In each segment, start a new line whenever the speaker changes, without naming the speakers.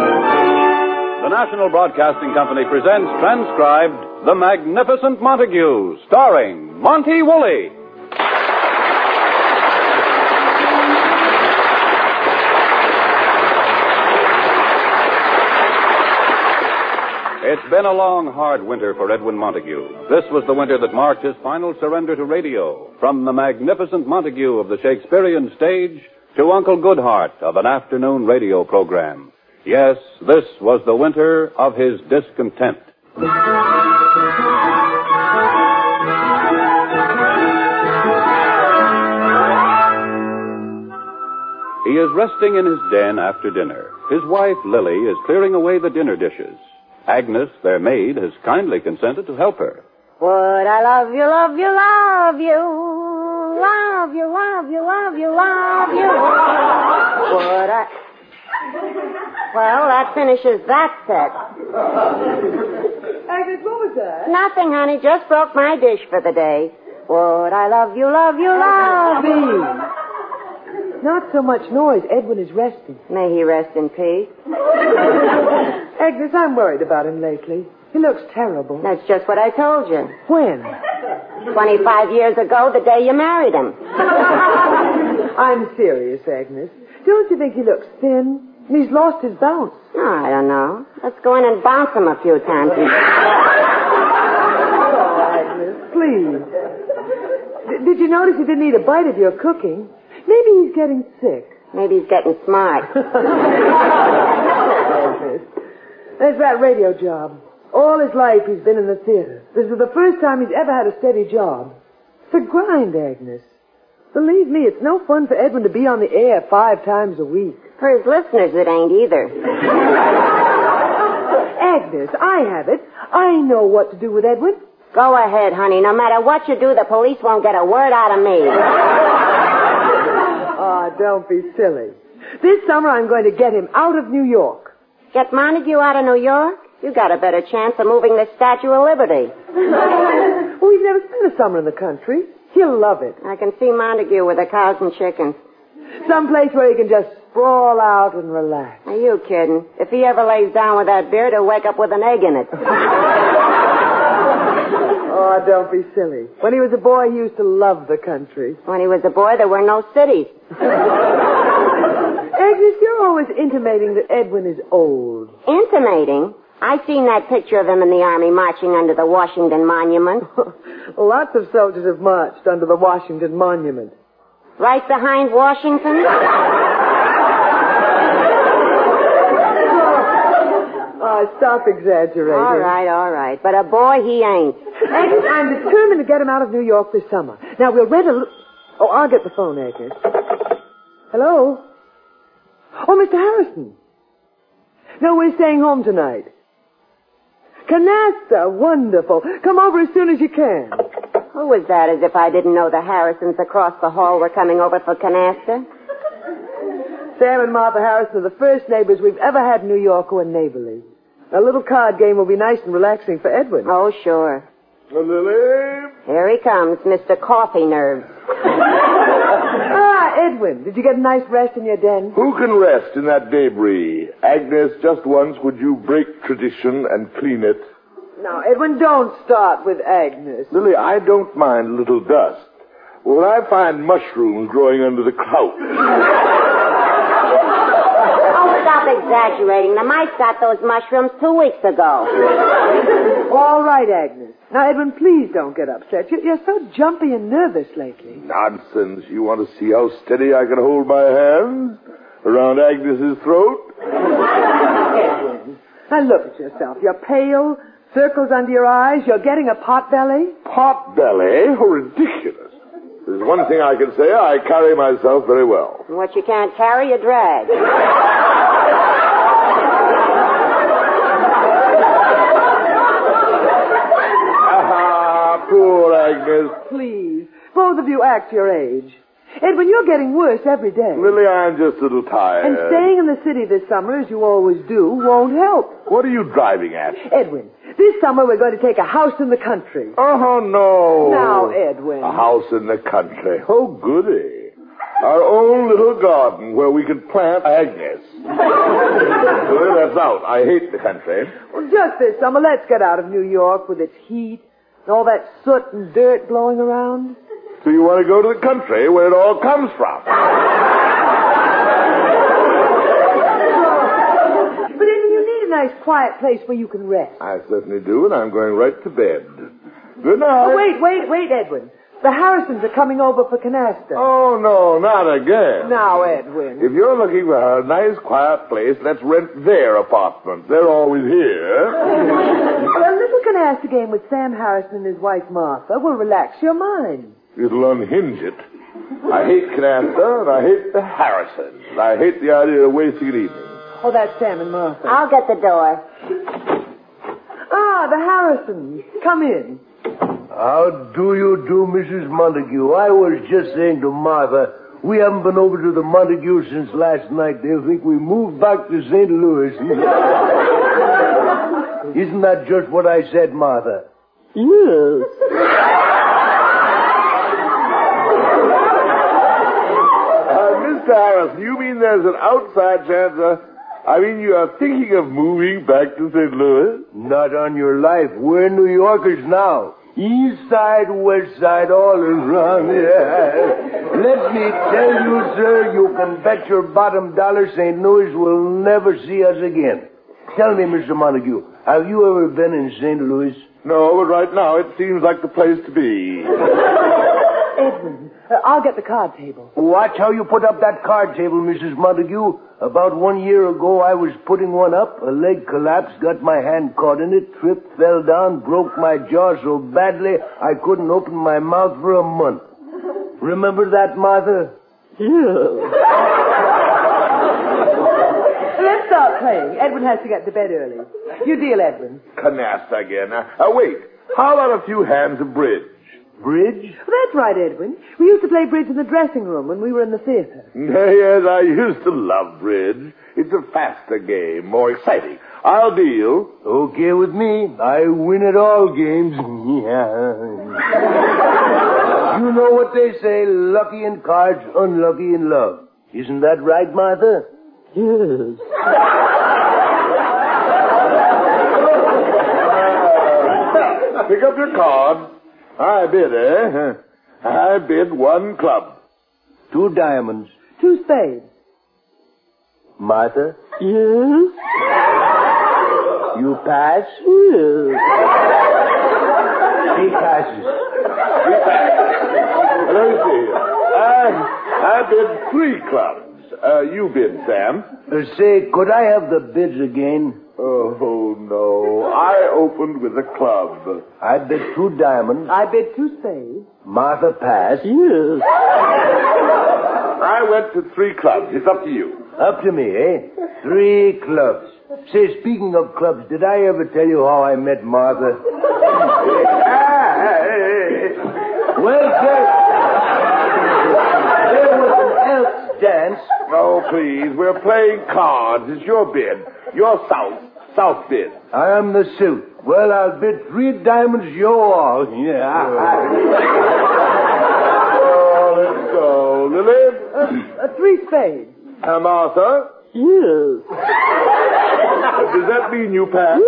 The National Broadcasting Company presents transcribed The Magnificent Montague, starring Monty Woolley. It's been a long, hard winter for Edwin Montague. This was the winter that marked his final surrender to radio, from the magnificent Montague of the Shakespearean stage to Uncle Goodhart of an afternoon radio program. Yes, this was the winter of his discontent. He is resting in his den after dinner. His wife, Lily, is clearing away the dinner dishes. Agnes, their maid, has kindly consented to help her.
Would I love you, love you, love you, love you, love you, love you, love you? Would I? Well, that finishes that set.
Agnes, what was that?
Nothing, honey. Just broke my dish for the day. Would I love you, love you, love you?
Not so much noise. Edwin is resting.
May he rest in peace.
Agnes, I'm worried about him lately. He looks terrible.
That's just what I told you.
When?
25 years ago, the day you married him.
I'm serious, Agnes. Don't you think he looks thin? And he's lost his bounce.
Oh, I don't know. Let's go in and bounce him a few times.
Oh, Agnes, please. D- did you notice he didn't eat a bite of your cooking? Maybe he's getting sick.
Maybe he's getting smart.
Agnes, There's that radio job. All his life he's been in the theater. This is the first time he's ever had a steady job. It's a grind, Agnes. Believe me, it's no fun for Edwin to be on the air five times a week.
For his listeners, it ain't either.
Agnes, I have it. I know what to do with Edwin.
Go ahead, honey. No matter what you do, the police won't get a word out of me.
Ah, don't be silly. This summer I'm going to get him out of New York.
Get Montague out of New York? You got a better chance of moving the Statue of Liberty.
Well, Oh, he's never spent a summer in the country. He'll love it.
I can see Montague with the cows and chickens.
Someplace where he can just sprawl out and relax.
Are you kidding? If he ever lays down with that beard, he'll wake up with an egg in it.
Oh, don't be silly. When he was a boy, he used to love the country.
When he was a boy, there were no cities.
Agnes, you're always intimating that Edwin is old.
Intimating? I seen that picture of him in the army marching under the Washington Monument.
Lots of soldiers have marched under the Washington Monument.
Right behind Washington?
Ah, stop exaggerating.
all right, all right. But a boy he ain't.
Agnes, I'm determined to get him out of New York this summer. Now, we'll rent a... l- Oh, I'll get the phone, Agnes. Hello? Oh, Mr. Harrison. No, we're staying home tonight. Canasta, wonderful. Come over as soon as you can.
Who was that as if I didn't know the Harrisons across the hall were coming over for canasta?
Sam and Martha Harrison are the first neighbors we've ever had in New York who are neighborly. A little card game will be nice and relaxing for Edwin.
Oh, sure.
Lily?
Here he comes, Mr. Coffee Nerves.
Ah, Edwin, did you get a nice rest in your den?
Who can rest in that debris? Agnes, just once would you break tradition and clean it?
Now, Edwin, don't start with Agnes.
Lily, I don't mind a little dust. When I find mushrooms growing under the clout.
Oh, stop exaggerating. The mice got those mushrooms two weeks ago.
All right, Agnes. Now, Edwin, please don't get upset. You- You're so jumpy and nervous lately.
Nonsense. You want to see how steady I can hold my hands around Agnes's throat?
Edwin, now look at yourself. You're pale, circles under your eyes, you're getting a pot belly.
Pot belly? Oh, ridiculous. There's one thing I can say. I carry myself very well.
And What you can't carry, you drag.
Ah, poor Agnes.
Please, both of you act your age. Edwin, you're getting worse every day.
Lily, I'm just a little tired.
And staying in the city this summer, as you always do, won't help.
What are you driving at?
Edwin, this summer we're going to take a house in the country.
Oh, Uh-huh. no.
Now, Edwin.
A house in the country. Oh, goody. Our own little garden where we could plant Agnes. Lily, that's out. I hate the country.
Well, just this summer, let's get out of New York with its heat and all that soot and dirt blowing around.
So you want to go to the country where it all comes from?
But Edwin, you need a nice quiet place where you can rest.
I certainly do, and I'm going right to bed. Good night.
Oh, wait, wait, wait, Edwin. The Harrisons are coming over for canasta.
Oh, no, not again.
Now, Edwin.
If you're looking for a nice, quiet place, let's rent their apartment. They're always here.
A little canasta game with Sam Harrison and his wife Martha will relax your mind.
It'll unhinge it. I hate Canasta, and I hate the Harrisons. and I hate the idea of wasting an evening.
Oh, that's Sam and Martha.
I'll get the door.
Ah, the Harrisons. Come in.
How do you do, Mrs. Montague? I was just saying to Martha, we haven't been over to the Montague since last night. They'll think we moved back to St. Louis. Isn't that just what I said, Martha? Yes.
Uh, Mr. Harrison, you mean there's an outside chance? Uh, I mean, you are thinking of moving back to St. Louis?
Not on your life. We're New Yorkers now. East side, west side, all around. Yeah. Let me tell you, sir, you can bet your bottom dollar St. Louis will never see us again. Tell me, Mr. Montague, have you ever been in St. Louis?
No, but right now it seems like the place to be.
Edwin, uh, I'll get the card table.
Watch how you put up that card table, Mrs. Montague. About one year ago, I was putting one up. A leg collapsed, got my hand caught in it, tripped, fell down, broke my jaw so badly I couldn't open my mouth for a month. Remember that, Martha? Yeah.
Let's start playing. Edwin has to get to bed early. You deal, Edwin.
Canasta again. Uh, uh, wait. How about a few hands of bridge?
Bridge?
That's right, Edwin. We used to play bridge in the dressing room when we were in the theater.
yes, I used to love bridge. It's a faster game, more exciting. I'll deal.
Okay with me. I win at all games. Yeah. you know what they say, lucky in cards, unlucky in love. Isn't that right, Martha? Yes.
Pick up your card. I bid, eh? I bid one club.
Two diamonds.
Two spades.
Martha? Yes. You pass? Yes. He passes.
Let me see. I, I bid three clubs. Uh, you bid, Sam.
Uh, say, could I have the bids again?
Oh, no. I opened with a club.
I bid two diamonds.
I bid two spades.
Martha pass. Yes.
I went to three clubs. It's up to you.
Up to me, eh? Three clubs. Say, speaking of clubs, did I ever tell you how I met Martha? well, sir, there was an elf dance.
No, please. We're playing cards. It's your bid. Your south. South bid.
I am the suit. Well, I'll bid three diamonds you're all.
Uh,
Yeah.
Oh, let's go. Lily?
Uh, three spades.
Uh, Martha?
Yes.
Does that mean you pass?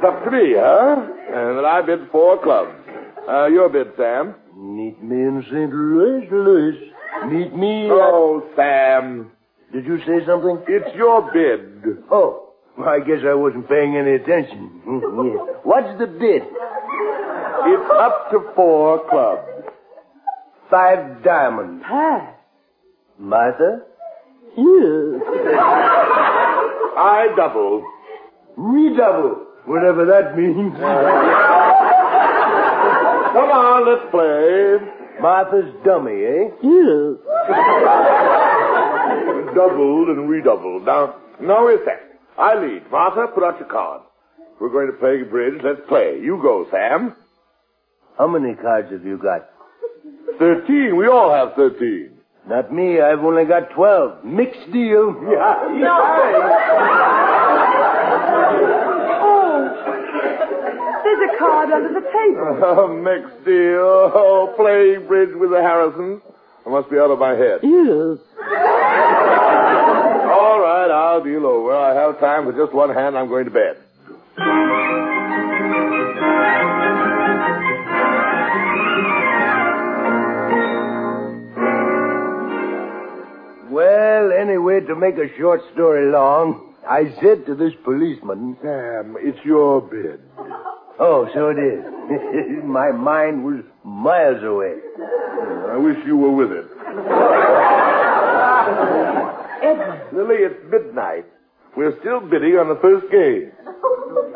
Top three, huh? And then Uh, I bid four clubs. Uh, your bid, Sam.
Meet me in St. Louis, Louis. Meet me. at-
Oh, Sam.
Did you say something?
It's your bid.
Oh, well, I guess I wasn't paying any attention. Hmm, yeah. What's the bid?
It's up to four clubs.
Five diamonds.
Pat.
Martha? Yeah.
I double.
Redouble. Whatever that means.
Come on, let's play.
Martha's dummy, eh? Yeah.
Doubled and redoubled. Now, no effect. I lead. Martha, put out your card. We're going to play bridge. Let's play. You go, Sam.
How many cards have you got?
Thirteen. We all have thirteen.
Not me. I've only got twelve. Mixed deal.
Yeah.
There's a card under the table.
Oh, mixed deal. Oh, playing bridge with the Harrisons. I must be out of my head.
Yes.
All right, I'll deal over. I have time for just one hand. I'm going to bed.
Well, anyway, to make a short story long, I said to this policeman,
Sam, it's your bid.
Oh, so it is. My mind was miles away.
I wish you were with it. Lily, it's midnight. We're still bidding on the first game.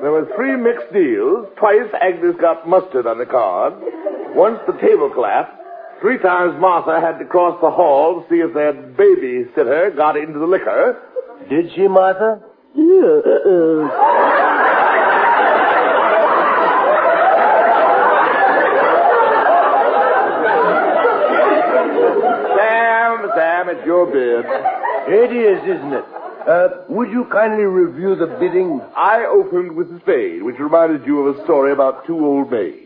There were three mixed deals. Twice Agnes got mustard on the card. Once the table collapsed. Three times Martha had to cross the hall to see if their babysitter got into the liquor.
Did she, Martha? Yeah.
Sam, Sam, it's your bid.
It is, isn't it? Uh, would you kindly review the bidding?
I opened with a spade, which reminded you of a story about two old maids.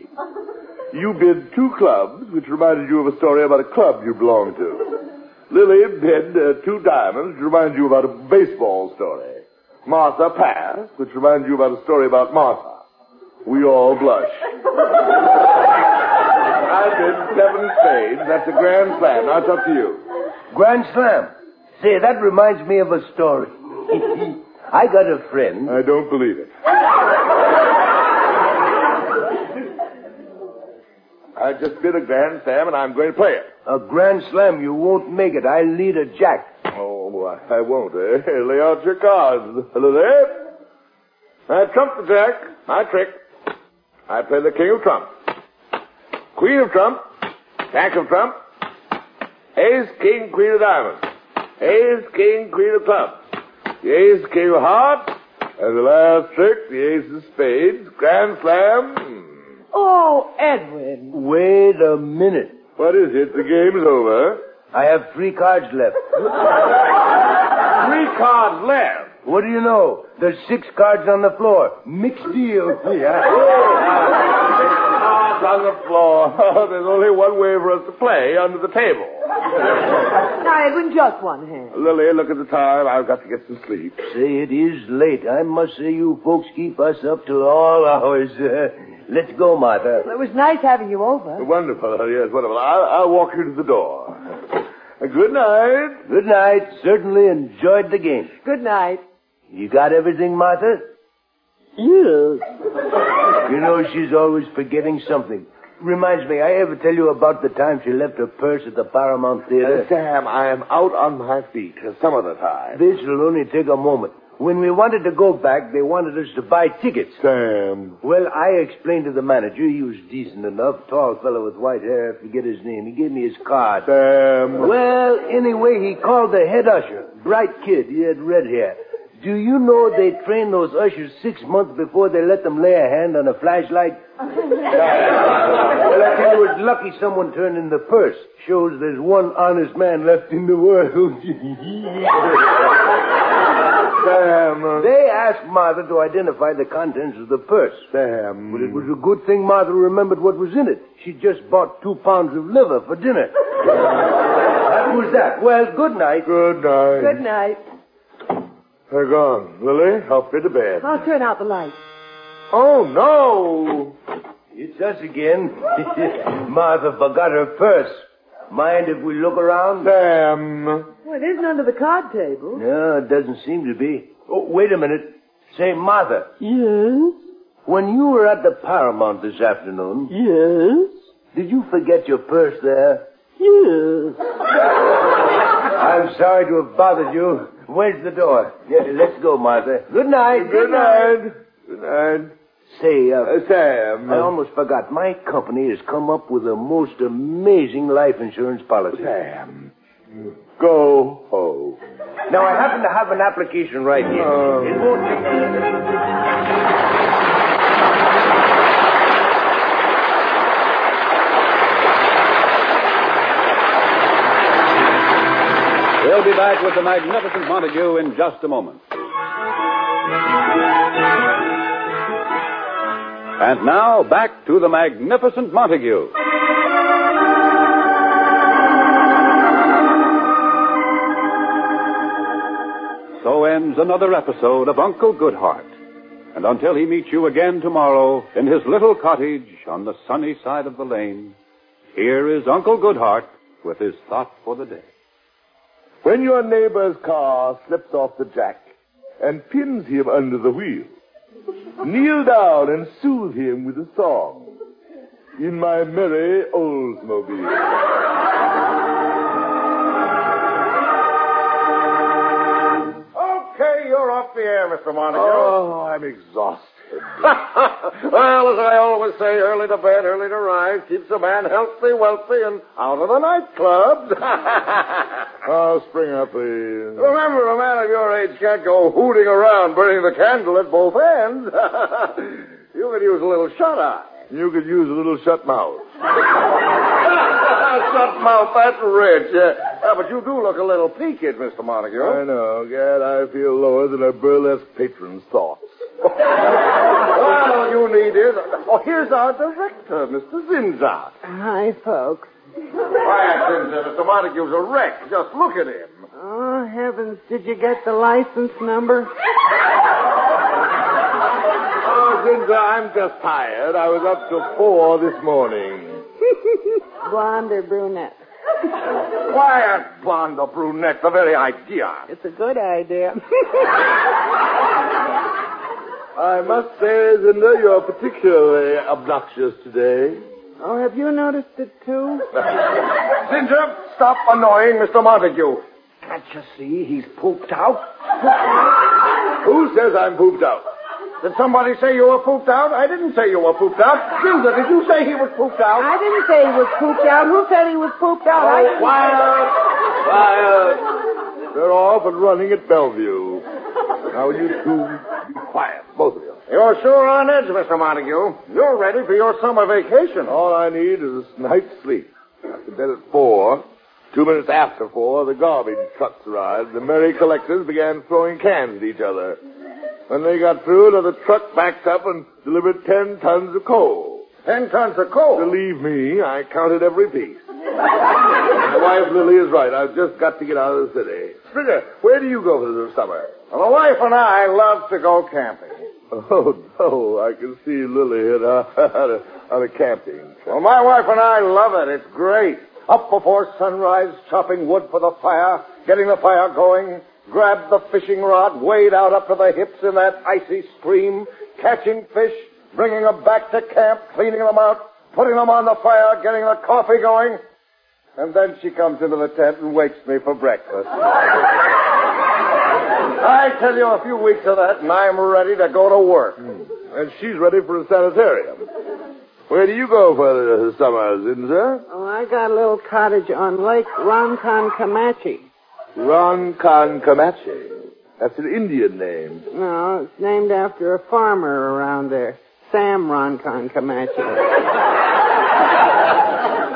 You bid two clubs, which reminded you of a story about a club you belonged to. Lily bid uh, two diamonds, which reminded you about a baseball story. Martha passed, which reminded you about a story about Martha. We all blush. I bid seven spades. That's a grand slam. Now it's up to you.
Grand Slam. Say, that reminds me of a story. I got a friend.
I don't believe it. I just bid a grand slam, and I'm going to play it.
A Grand Slam, you won't make it. I lead a jack.
Oh, I I won't, eh? Lay out your cards. Hello there. I trump the jack. My trick. I play the king of trump. Queen of trump. Jack of trump. Ace, king, queen of diamonds. Ace, king, queen of clubs. The ace, king of hearts. And the last trick, the ace of spades. Grand slam. Hmm.
Oh, Edwin.
Wait a minute.
What is it? The game's over.
I have three cards left.
Three cards left.
What do you know? There's six cards on the floor. Mixed deal.
Cards Ah, on the floor. There's only one way for us to play under the table.
Now, Edwin, just one hand.
Lily, look at the time. I've got to get some sleep.
Say, it is late. I must say you folks keep us up till all hours. let's go, Martha.
Well, it was nice having you over.
Wonderful. Yes, wonderful. I'll, I'll walk you to the door. Good night.
Good night. Certainly enjoyed the game.
Good night.
You got everything, Martha? Yes. You know, she's always forgetting something. Reminds me, I ever tell you about the time she left her purse at the Paramount Theater?
Sam, I am out on my feet some other time.
This will only take a moment. When we wanted to go back, they wanted us to buy tickets.
Sam.
Well, I explained to the manager. He was decent enough, tall fellow with white hair. I forget his name. He gave me his card.
Sam.
Well, anyway, he called the head usher. Bright kid. He had red hair. Do you know they train those ushers six months before they let them lay a hand on a flashlight? well, I tell you, it's lucky someone turned in the purse. Shows there's one honest man left in the world.
Sam.
They asked Martha to identify the contents of the purse.
Sam.
But it was a good thing Martha remembered what was in it. She just bought two pounds of liver for dinner. that was that. Well, good night.
Good night.
Good night.
They're gone. Lily, help me to bed.
I'll turn out the light.
Oh, no.
It's us again. Martha forgot her purse. Mind if we look around?
Sam.
Well, it isn't under the card table.
No, it doesn't seem to be. Oh, wait a minute. Say, Martha,
Yes.
when you were at the Paramount this afternoon,
Yes.
did you forget your purse there?
Yes.
I'm sorry to have bothered you. Where's the door? Yeah, let's go, Martha. Good night.
Good night. Good night.
Say, uh,
Uh, Sam.
I almost forgot. My company has come up with a most amazing life insurance policy.
Sam. Go home.
Now, I happen to have an application right here.
Oh.
It won't take...
We'll be back with the magnificent Montague in just a moment. And now, back to the magnificent Montague. So ends another episode of Uncle Goodhart. And until he meets you again tomorrow in his little cottage on the sunny side of the lane, here is Uncle Goodhart with his thought for the day.
When your neighbor's car slips off the jack and pins him under the wheel, kneel down and soothe him with a song. In my merry Oldsmobile.
Okay, you're off the air, Mr. Montague.
Oh, I'm exhausted.
well, as I always say, early to bed, early to rise keeps a man healthy, wealthy, and out of the nightclubs.
Oh, Springer, please.
Remember, a man of your age can't go hooting around burning the candle at both ends. you could use a little shut eye.
You could use a little shut mouth.
shut mouth, that's rich. Yeah.
Ah,
Yeah, but you do look a little peaked, Mr. Montague.
I know, Gad, I feel lower than a burlesque patron's thoughts.
Well, you need it. Oh, here's our director, Mr. Zinza.
Hi, folks.
Quiet, Zinza. Mr. Montague's a wreck. Just look at him.
Oh, heavens, did you get the license number?
Oh, Ginger, I'm just tired. I was up till four this morning.
Blonde or brunette?
Quiet, blonde or brunette, the very idea.
It's a good idea.
I must say, Ginger, you're particularly obnoxious today.
oh, have you noticed it too?
Ginger, stop annoying Mr. Montague. Can't you see he's pooped out?
Who says I'm pooped out?
Did somebody say you were pooped out? I didn't say you were pooped out. Ginger, did you say he was pooped out?
I didn't say he was pooped out. Who said he was pooped out? I
Oh,
didn't-
quiet! Quiet! They're off and running at Bellevue. Now, you two, be quiet, both of you.
You're sure on edge, Mr. Montague. You're ready for your summer vacation.
All I need is a night's sleep. I can bed at four. Two minutes after four, the garbage trucks arrived. The merry collectors began throwing cans at each other. When they got through, another truck backed up and delivered ten tons of coal.
Ten tons of coal.
Believe me, I counted every piece. My wife Lily is right. I've just got to get out of the city. Springer, where do you go for the summer?
Well, the wife and I love to go camping.
Oh, no, I can see Lily in a, on a, on a camping trip.
Well, my wife and I love it. It's great. Up before sunrise, chopping wood for the fire, getting the fire going, grab the fishing rod, wade out up to the hips in that icy stream, catching fish, bringing them back to camp, cleaning them out, putting them on the fire, getting the coffee going. And then she comes into the tent and wakes me for breakfast. I tell you, a few weeks of that, and I'm ready to go to work.
Hmm. And she's ready for a sanitarium. Where do you go for the summer, Zinza?
Oh, I got a little cottage on Lake Roncan Comanche.
Ronkan Comanche. That's an Indian name.
No, it's named after a farmer around there, Sam Roncan Comanche.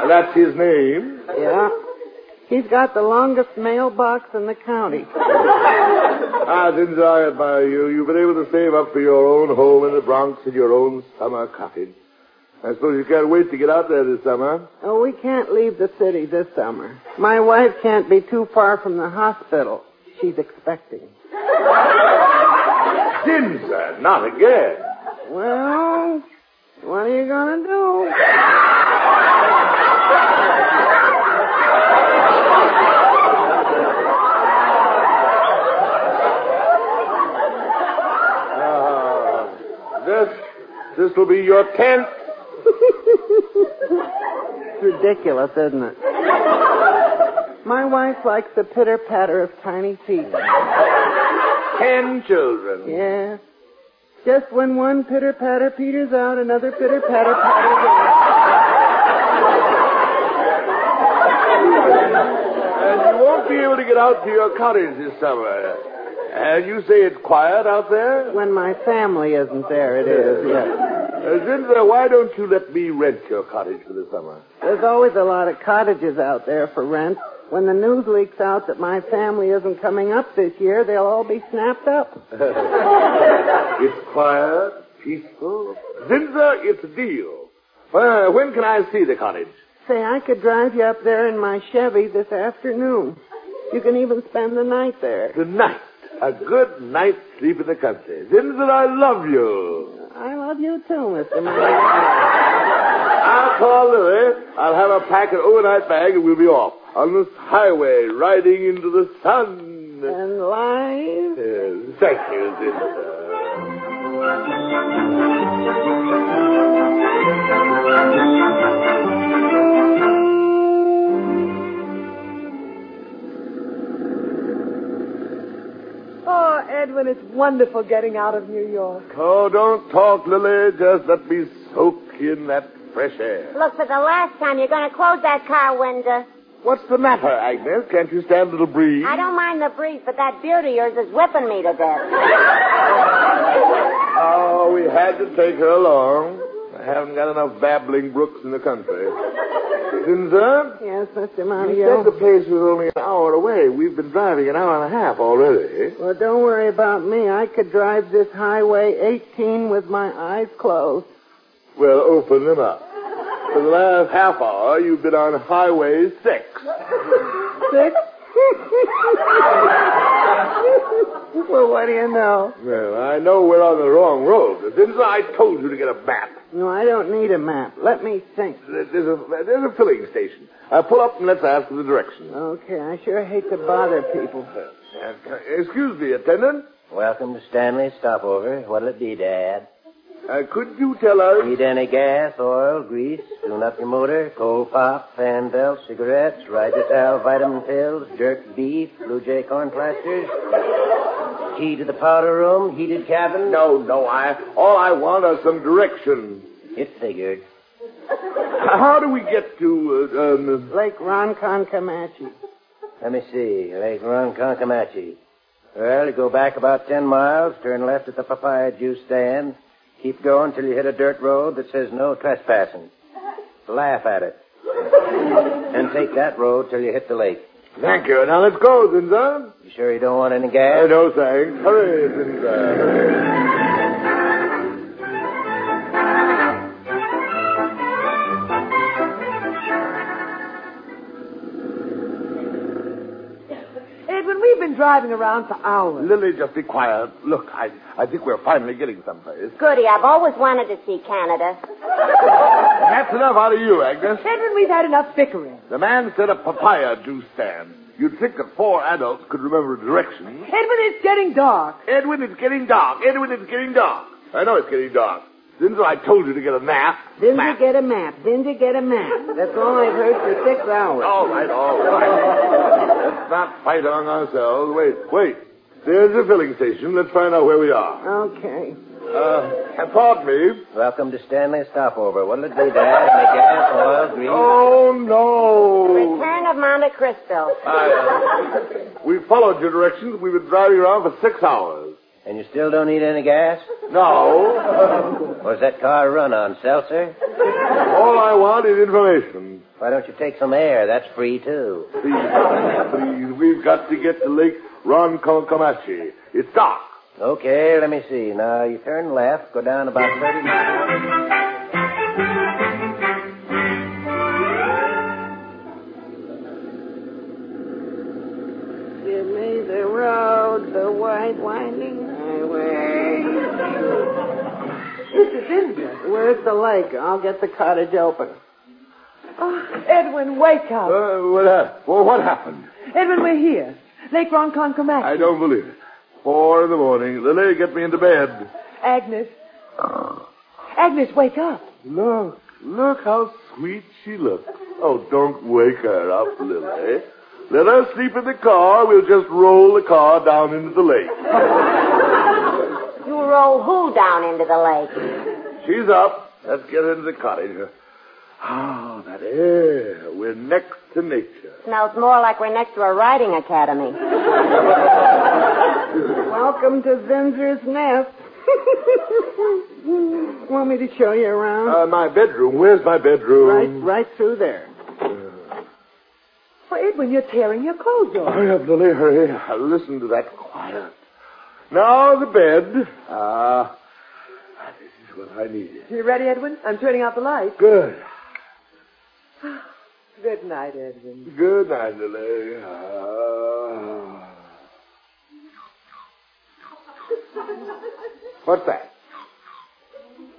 And that's his name.
Yeah. He's got the longest mailbox in the county.
Ah, Zinza, I admire you. You've been able to save up for your own home in the Bronx and your own summer cottage. I suppose you can't wait to get out there this summer.
Oh, we can't leave the city this summer. My wife can't be too far from the hospital. She's expecting.
Zinza, not again.
Well, what are you gonna do?
This, this will be your tenth.
It's ridiculous, isn't it? My wife likes the pitter patter of tiny feet.
Ten children.
Yeah. Just when one pitter patter peters out, another pitter patter patters
And you won't be able to get out to your cottage this summer. And you say it's quiet out there?
When my family isn't there, it is, yes.
Uh, Zindra, why don't you let me rent your cottage for the summer?
There's always a lot of cottages out there for rent. When the news leaks out that my family isn't coming up this year, they'll all be snapped up.
it's quiet, peaceful. Zindra, it's a deal. Well, when can I see the cottage?
Say, I could drive you up there in my Chevy this afternoon. You can even spend the night there.
The night. A good night's sleep in the country. Zindra, I love you.
I love you too, Mr. Mike.
I'll call Louis. I'll have a pack an overnight bag and we'll be off. On this highway, riding into the sun.
And life.
Yes, thank you, Zindra.
Oh, Edwin, it's wonderful getting out of New York.
Oh, don't talk, Lily. Just let me soak in that fresh air.
Look, for the last time, you're going to close that car window.
What's the matter, Agnes? Can't you stand a little breeze?
I don't mind the breeze, but that beard of yours is whipping me to death.
Oh, we had to take her along. I haven't got enough babbling brooks in the country. Zinza,
Yes, Mr.
you said the
Montague.
place was only an hour away. We've been driving an hour and a half already.
Well, don't worry about me. I could drive this Highway 18 with my eyes closed.
Well, open them up. For the last half hour, you've been on Highway 6.
Six? well, what do you know?
Well, I know we're on the wrong road. Zinza, I told you to get a map.
No, I don't need a map. Let me think.
There's a, there's a filling station. Uh, pull up and let's ask for the directions.
Okay, I sure hate to bother people.
Uh, excuse me, attendant.
Welcome to Stanley Stopover. What'll it be, Dad?
Uh, could you tell us?
Need any gas, oil, grease, tune up your motor, coal pop, fan belt, cigarettes, Rigetal vitamin pills, jerk beef, Blue Jay corn plasters, key to the powder room, heated cabin.
No, no, I. All I want are some directions.
It figured.
How do we get to? Uh, um,
Lake Roncan Comanche.
Let me see. Lake Ronkonkamachi. Well, you go back about ten miles, turn left at the papaya juice stand, keep going till you hit a dirt road that says no trespassing. Laugh at it. and take that road till you hit the lake.
thank you. Now let's go, Zinza.
You sure you don't want any gas?
Uh, no thanks. Hurry, Zinza.
Edwin, we've been driving around for hours.
Lily, just be quiet. Look, I, I think we're finally getting someplace.
Goody, I've always wanted to see Canada.
That's enough out of you, Agnes.
Edwin, we've had enough bickering.
The man said a papaya juice stand. You'd think that four adults could remember directions.
Edwin, it's getting dark.
Edwin, it's getting dark. Edwin, it's getting dark. I know it's getting dark. Zinzo, I told you to get a map.
Didn't
map.
you get a map? Didn't you get a map? That's all I've heard for six hours.
All right, all right. Let's not fight among ourselves. Wait, wait. There's a filling station. Let's find out where we are.
Okay.
Uh, pardon me.
Welcome to Stanley Stopover. What'll it be, Dad? Any gas, oil, grease?
Oh, no.
Return of Monte Cristo.
I, uh, we followed your directions. We've been driving around for six hours.
And you still don't need any gas?
No.
What's that car run on, seltzer?
all I want is information.
Why don't you take some air? That's free, too.
Please, please, we've got to get to Lake Ronkonkamachi. It's dark.
Okay, let me see. Now, you turn left, go down about 30
Give me the road, the wide winding highway. This is India.
Where's the lake? I'll get the cottage open.
Oh, Edwin, wake up.
Uh, what, hap- well, what happened?
Edwin, we're here. Lake Ronkonkoma.
I don't believe it. Four in the morning. Lily, get me into bed.
Agnes. Agnes, wake up.
Look, look how sweet she looks. Oh, don't wake her up, Lily. Let her sleep in the car. We'll just roll the car down into the lake.
You roll who down into the lake?
She's up. Let's get into the cottage. Ah, that air. We're next to nature.
Smells more like we're next to a riding academy.
Welcome to Zinzer's Nest. Want me to show you
Um.
around?
Uh, my bedroom. Where's my bedroom?
right, right through there.
Oh, Edwin, you're tearing your clothes off.
Hurry up, Lily, hurry. Uh, Listen to that quiet. Now the bed. Ah, this is what I needed.
You ready, Edwin? I'm turning out the light.
Good.
Good night, Edwin.
Good night, Lily. Ah. What's that?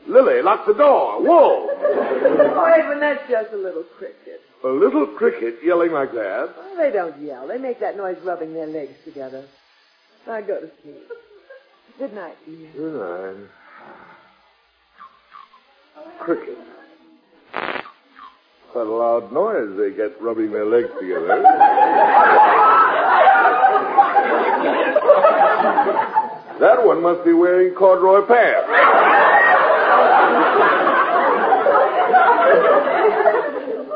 Lily, lock the door. Whoa!
Oh, Edwin, that's just a little cricket.
A little cricket yelling like that.
Oh, they don't yell. They make that noise rubbing their legs together. Now go to sleep. Good night, dear.
Good night. Cricket. What a loud noise they get rubbing their legs together. that one must be wearing corduroy pants.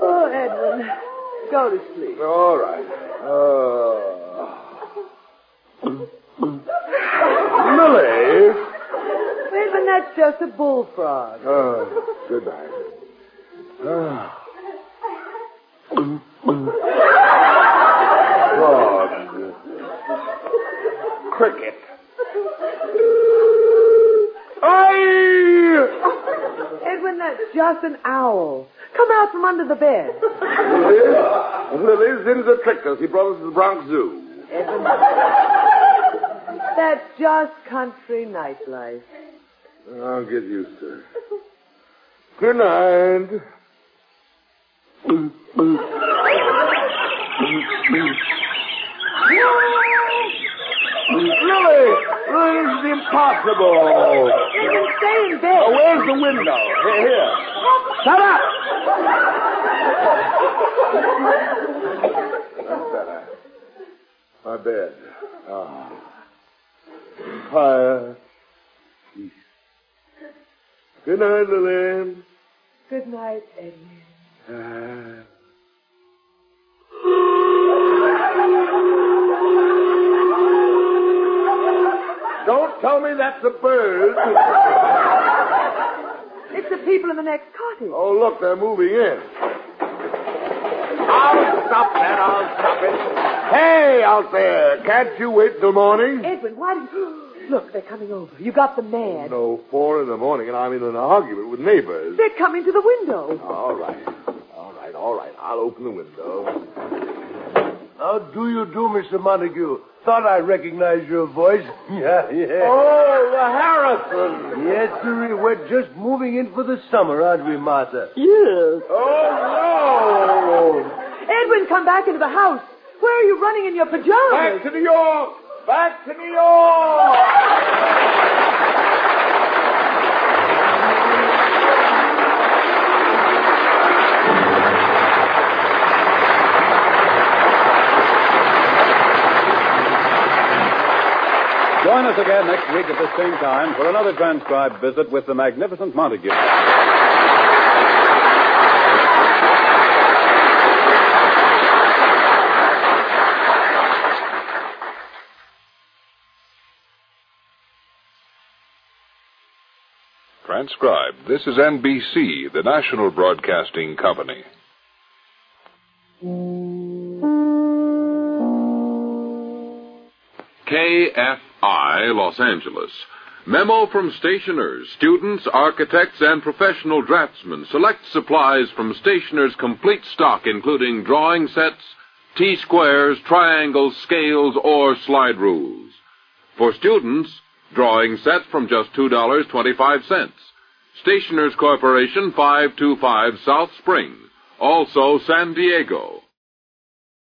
Oh, Edwin, go to sleep.
All right. Oh. Lily.
Edwin, that's just a bullfrog.
Oh, good night. Ah. Frog. Cricket. I.
Edwin, that's just an owl. Come out from under the bed.
Lily, Zinza tricked us. He brought us to the Bronx Zoo.
Edwin. That's just country nightlife.
I'll get used to it. Good night. Lily, Lily, this is impossible.
Edwin, stay in bed.
Oh, where's the window? Here, here. Shut up! That's better. My bed. Ah. Fire. Peace. Good night, Lily.
Good night, Edwin.
Ah. Don't tell me that's a bird.
It's the people in the next cottage.
Oh, look, they're moving in. I'll stop that. I'll stop it. Hey, out there, can't you wait till morning?
Edwin, why did you... Look, they're coming over. You got the man.
No, Oh, four in the morning, and I'm in an argument with neighbors.
They're coming to the window.
All right. All right, all right. I'll open the window.
How do you do, Mr. Montague? Thought I recognized your voice. yeah, yeah.
Oh, the Harrison.
Yes, sir. We're just moving in for the summer, aren't we, Martha?
Yes.
Oh, no!
Edwin, come back into the house. Where are you running in your
Back
pajamas?
to New York! Back to New York!
Join us again next week at the same time for another transcribed visit with the magnificent Montague.
Transcribed. This is NBC, the national broadcasting company. KFI Los Angeles. Memo from stationers, students, architects, and professional draftsmen. Select supplies from stationers' complete stock, including drawing sets, T squares, triangles, scales, or slide rules. For students, drawing sets from just $2.25.
Stationers Corporation, 525 South Spring. Also San Diego.